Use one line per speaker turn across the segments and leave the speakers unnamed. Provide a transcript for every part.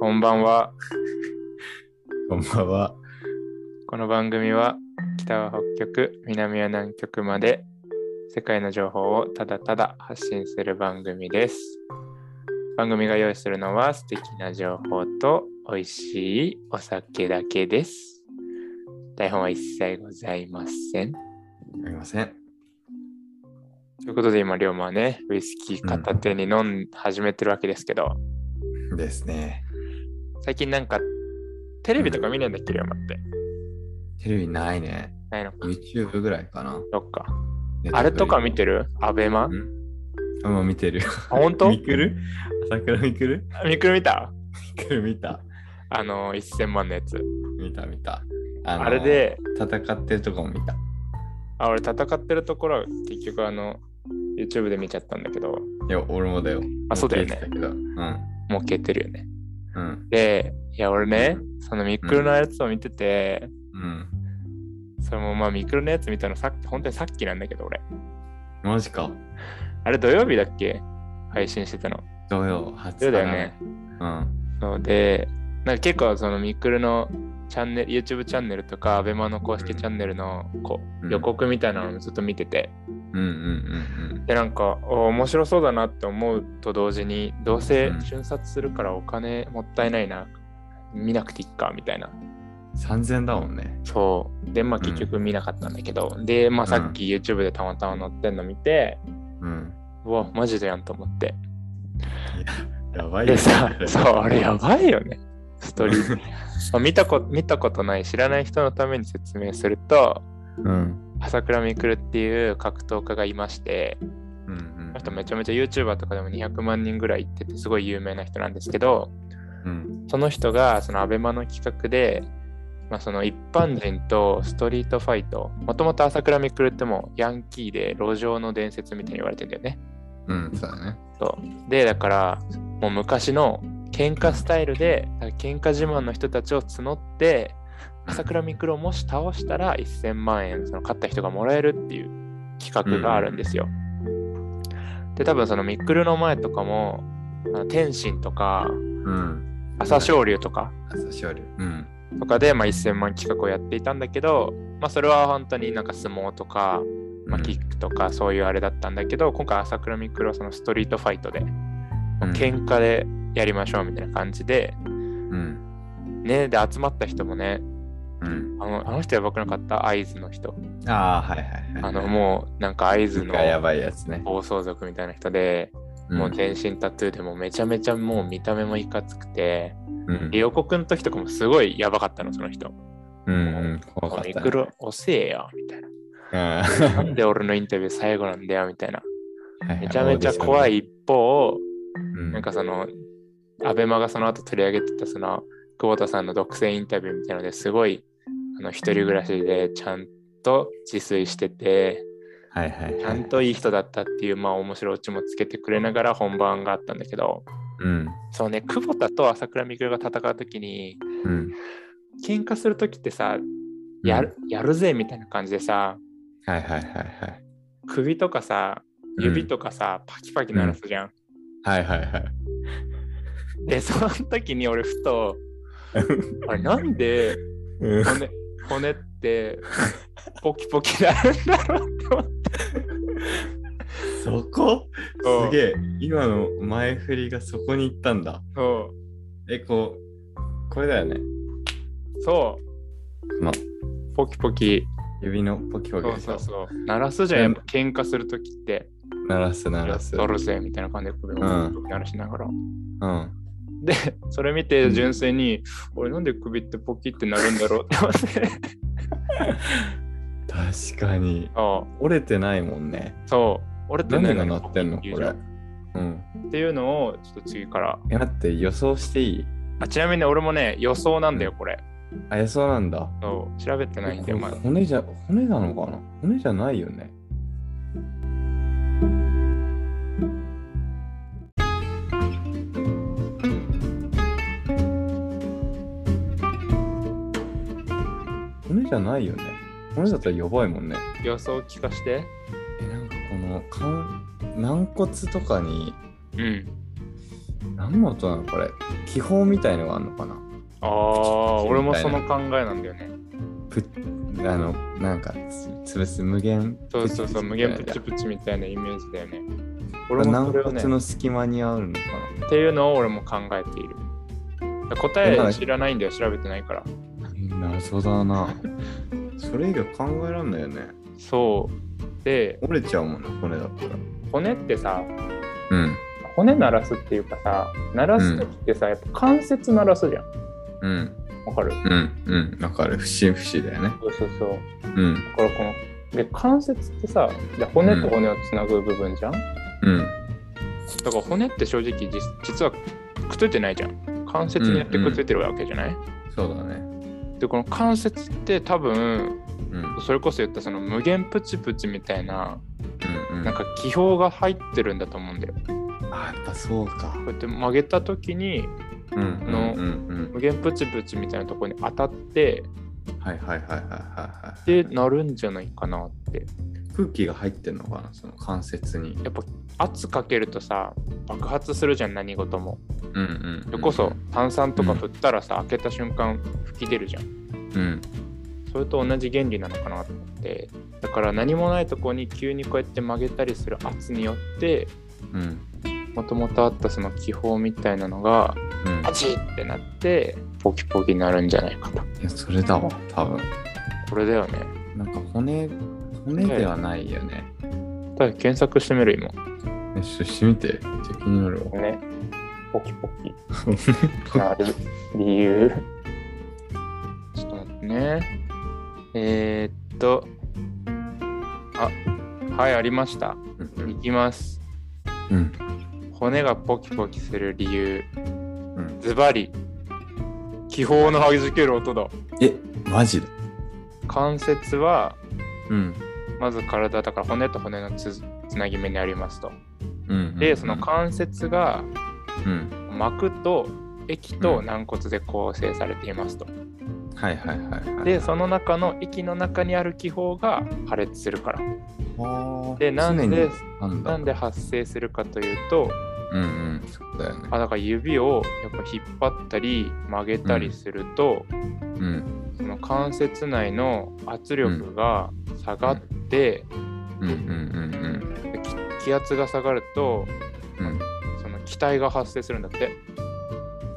こんばんは。
こんばんは。
この番組は北は北極、南は南極まで世界の情報をただただ発信する番組です。番組が用意するのは素敵な情報と美味しいお酒だけです。台本は一切ございません。
ありません。
ということで今、龍馬はね、ウイスキー片手に飲ん、始めてるわけですけど、
ですね。
最近なんかテレビとか見ないんだっけ、龍馬って。
テレビないね。
ないのか。
YouTube ぐらいかな。
そっか。あれとか見て
る
るアベマあ、
あ、もう見てる。
本当
ミクル朝倉ミクル
ミクル見た
ミクル見た。
あの、1000万のやつ。
見た見た。
あ
あの
れ、で、
戦ってるとこも見た。
あ、俺戦ってるところは結局あの、YouTube で見ちゃったんだけど、
いや、俺もだよ。
あそうだよね
見てたけどうん。
もう消えてるよね。
うん。
で、いや、俺ね、そのミクルのやつを見てて、
うん。
それもまあミクルのやつ見たのさっき、本当にさっきなんだけど、俺。
マジか。
あれ土曜日だっけ配信してたの。
どうよ、初
そうだよね。
うん。
そうで、なんか結構そのミクルのチャンネル、YouTube チャンネルとか、アベマの公式チャンネルのこ
う
うん予告みたいなのをずっと見てて、
うんうん
でなんかお面白そうだなって思うと同時にどうせ
うん
瞬殺するからお金もったいないな、見なくていいかみたいな
うんうん。3000だもんね。
そうでまあ
うん
結局見なかったんだけど、でまあさっき YouTube でたまたま載ってんの見て、
うん。
うわマジでやんと思って
やばいよ
でさ
ね
そうあれやばいよねストーリー まあ見たこ見たことない知らない人のために説明すると
うん。
朝倉未来っていう格闘家がいまして
うんうん
あとめちゃめちゃ YouTuber とかでも200万人ぐらい行っててすごい有名な人なんですけど、
うん。
その人がそのアベマの企画で、まあ、その一般人とストリートファイトもともと朝倉未来ってもうヤンキーで路上の伝説みたいに言われてんだよね
うん、そうだね。
でだからもう昔の喧嘩スタイルで喧嘩自慢の人たちを募って朝倉未来をもし倒したら1000万円その勝った人がもらえるっていう企画があるんですよ、で多分その未来の前とかもあの天心とか
うん。
朝青龍とか、
朝勝利。うん。
とかで、まあ、1000万企画をやっていたんだけど、まあ、それは本当になんか相撲とか、まあ、キックとかそういうあれだったんだけど、今回朝倉未来はそのストリートファイトで、
うん
喧嘩でやりましょうみたいな感じで、
うん。
ね、で集まった人もね
うん。
あのあの人やばくなかった会津の人
ああ、はいはいはい。
あのもうなんか会津の
がやばいやつね。
暴走族みたいな人で、もう全身タトゥーでもうめちゃめちゃもう見た目もいかつくて、
うん
で予告の時とかもすごいやばかったのその人
うんうん。怖かっ
ミ
た
ク
ね。
ロ遅えよみたいな
うん
なんで俺のインタビュー最後なんだよみたいな。めちゃめちゃ怖。
はいはい
い一方、
うん
なんかその、アベマがその後取り上げてたその、久保田さんの独占インタビューみたいなのですごい、あの、一人暮らしでちゃんと自炊してて、
はいはいはい。
ちゃんといい人だったっていう、まあ面白いオチもつけてくれながら本番があったんだけど、
うん。
そうね、久保田と朝倉未来が戦う時に、
うん。
喧嘩する時ってさ、やる、やるぜみたいな感じでさ、
うん。はいはいはいはい。
首とかさ、指とかさ、パキパキ鳴らすじゃん。
はいはいはい。
で、その時に俺ふと、あれなんで
うん
骨骨ってポキポキなるんだろうって思って。
そこ
うん
すげえ。今の前振りがそこに行ったんだ。
そ
え、こう、これだよね。
う。そう
ま、
ポキポキ。
指のポキポキ
そうそうそう。鳴らすじゃん。やっぱ喧嘩するときって。
鳴らす鳴らす。
取るぜみたいな感じで首をポキポキ鳴らしながら。
うん。
で、それ見て純粋に、俺なんで首ってポキってなるんだろうって思 って。
確かに。
そ
折れてないもんね。
う。そう。俺ってね
何が鳴ってんのこれ。
っ
うん。
ていうのをちょっと次から。
え、待って、予想していい
あちなみに俺もね、予想なんだよ、これ。
あ、予想なんだ。
そう調べてないんで、
え
まだ。
骨じゃ、骨なのかな骨じゃないよね。骨じゃないよね。骨だったらやばいもんね。
予想聞かして。
え、なんかこの、かん軟骨とかに
うん。
何の音なのこれ。気泡みたいのがあるのかな
ああ、俺もその考えなんだよね。
プあの、なんかつ、潰す無限。
そうそうそう、無限プチ
チ。
プチみたいなイメージだよね。俺も
軟
それをね、
骨
っ
の隙間に合うのか
ていうのを俺も考えている。答え知らないんだよ、調べてないから。
な。謎だな。 それ以外考えらんないよね。
そう。で、
折れちゃうもんな、これだったら。
骨ってさ、
うん。
骨鳴らすっていうかさ、鳴らすときってさ、やっぱ関節鳴らすじゃん。
うん。
わかる
うん。うん。わかる。節節だよね。
そうそうそう。
うん。
だからこの、で、関節ってさ、で骨と骨をつなぐ部分じゃん。
うん。
だから骨って正直じ実はくっついてないじゃん関節によってくっついてるわけじゃない、
そうだね。
でこの関節って多分
うん。うん。
それこそ言ったその無限プチプチみたいな
うん
なんか気泡が入ってるんだと思うんだよこ
あ、やっぱそうか。
うやって曲げた時に
うん。
の
うん。
無限プチプチみたいなところに当たって
うん。はいはいはいはいはいはい。
でなるんじゃないかなって
空気が入ってんのかなその関節に。
やっぱ圧かけるとさ爆発するじゃん何事も
うんうん。
それこそ炭酸とか振ったらさ開けた瞬間吹き出るじゃん
うん。
それと同じ原理なのかなと思ってだから何もないとこに急にこうやって曲げたりする圧によって
うん。
もともとあったその気泡みたいなのが
うん。
パチッってなってポキポキになるんじゃないかと
いや、それだわ、多分。
これだよね
なんか骨、骨ではないよね。
ただ検索してみる
ねちょっとしてみて。ちょっと気になるわ
今。ねポキポキ
骨
なる理由ちょっと待ってねえー、っとあはいありましたいきます
うん。
骨がポキポキする理由
うん。
ズバリ気泡のはじける音だ
え、マジで
関節は
うん。
まず体だから骨と骨のつつなぎ目にありますと
うん。
でその関節が
うん。
膜と液と
うん
軟骨で構成されていますと
はいはいはいはい。
でその中の液の中にある気泡が破裂するから
の
でなんで
なんだ
なんで発生するかというと
うんうん。そうだよね。
あだから指をやっぱ引っ張ったり曲げたりすると、
うん。
その関節内の圧力が下がって、
うんうんうん
でき気圧が下がると
うん。うん。
その気体が発生するんだって、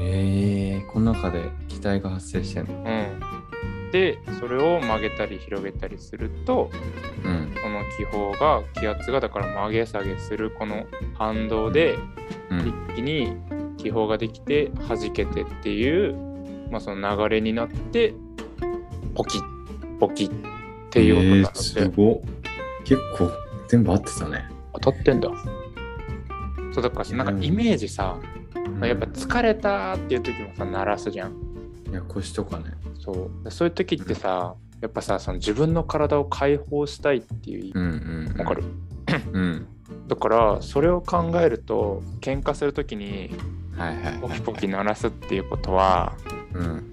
えー、この中で気体が発生してんの
うん、でそれを曲げたり広げたりすると
うん。
この気泡が気圧がだから曲げ下げするこの反動で
う
一。
ん
気に気泡ができて弾けてっていう、まあ、その流れになってポキッポキッっていう音にな
え
っ
ー、
て、
すごっ結構全部合ってたね。
当たってんだそうだからなんかイメージさ、やっぱ疲れたっていう時もさ鳴らすじゃん
いや腰とかね。
そうでそういう時ってさ、やっぱさその自分の体を解放したいっていう
うんうん、うん。
わかる
うん。
だからそれを考えると喧嘩する時に
はいはい。
ポキポキ鳴らすっていうことは
うん。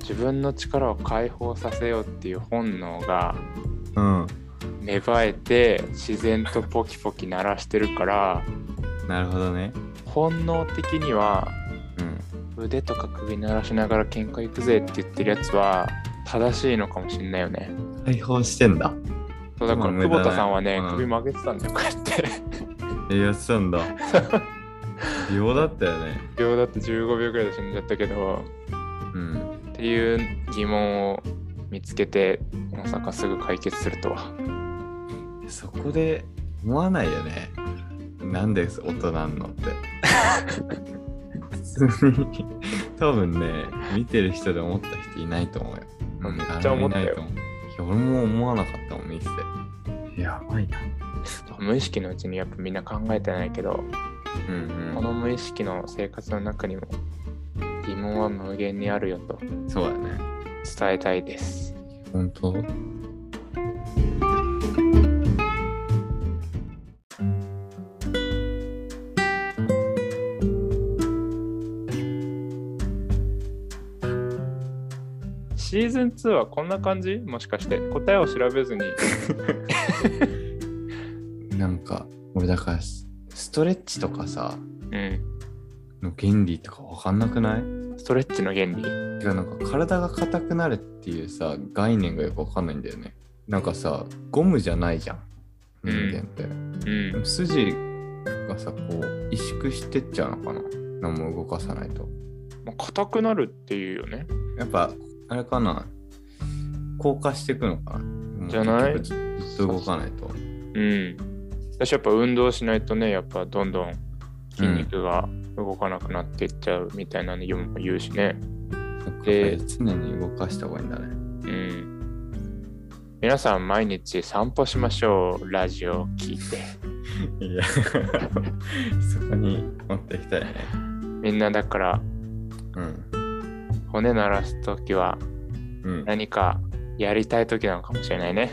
自分の力を解放させようっていう本能が
うん。
芽生えて自然とポキポキ鳴らしてるから
なるほどね。
本能的には
うん。
腕とか首鳴らしながら喧嘩行くぜって言ってるやつは正しいのかもしんないよね。
解放してんだ。
そうだから
まあ無駄
久
だ
保
ね
田さんはね、
うん
首曲げてたんだよこうやって。
えやってたん だ。秒だったよね。
秒だって15秒ぐらいで死んじゃったけど
うん。
っていう疑問を見つけてまさかすぐ解決するとは
そこで思わないよね。なんで音なんの って。普通に多分ね見てる人で思った人いないと思うよ。
めっちゃ思ったよ
誰もいないと思ういや俺も思わなかったもん見てて。やばいな。
無意識のうちにやっぱみんな考えてないけど
うんうん
この無意識の生活の中にも疑問は無限にあるよと
そうだね。
伝えたいです
本当
シーズン2はこんな感じもしかして答えを調べずに
なんか、俺だからス、ストレッチとかさ、
うん
の原理とか分かんなくない
ストレッチの原理
てかなんか体が硬くなるっていうさ概念がよく分かんないんだよねなんかさゴムじゃないじゃん
うん
人間って、
うん
でも筋がさこう萎縮してっちゃうのかな何も動かさないと
まあ硬くなるっていうよね。
やっぱあれかな硬化していくのかな
じゃない
もう結局ずずっと動かないと
うん。私やっぱ運動しないとね、やっぱどんどん筋肉が動かなくなっていっちゃうみたいなのも言うしね。
そっか
で
常に動かした方がいいんだね
うん。皆さん毎日散歩しましょう。ラジオを聞いて。
い やそこに持ってきたいね
みんなだから
うん
骨鳴らすときは
うん
何かやりたいときなのかもしれないね。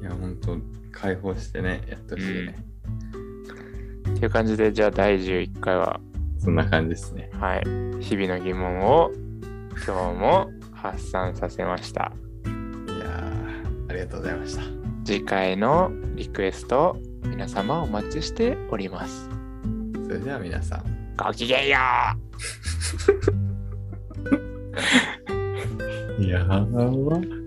いやほんと解放してねやってほしいね、
っていう感じで、じゃあ第11回は、
そんな感じですね
はい、日々の疑問を今日も発散させました。
いやーありがとうございました
次回のリクエスト皆様お待ちしております
それでは皆さん
ごきげんよ
いやー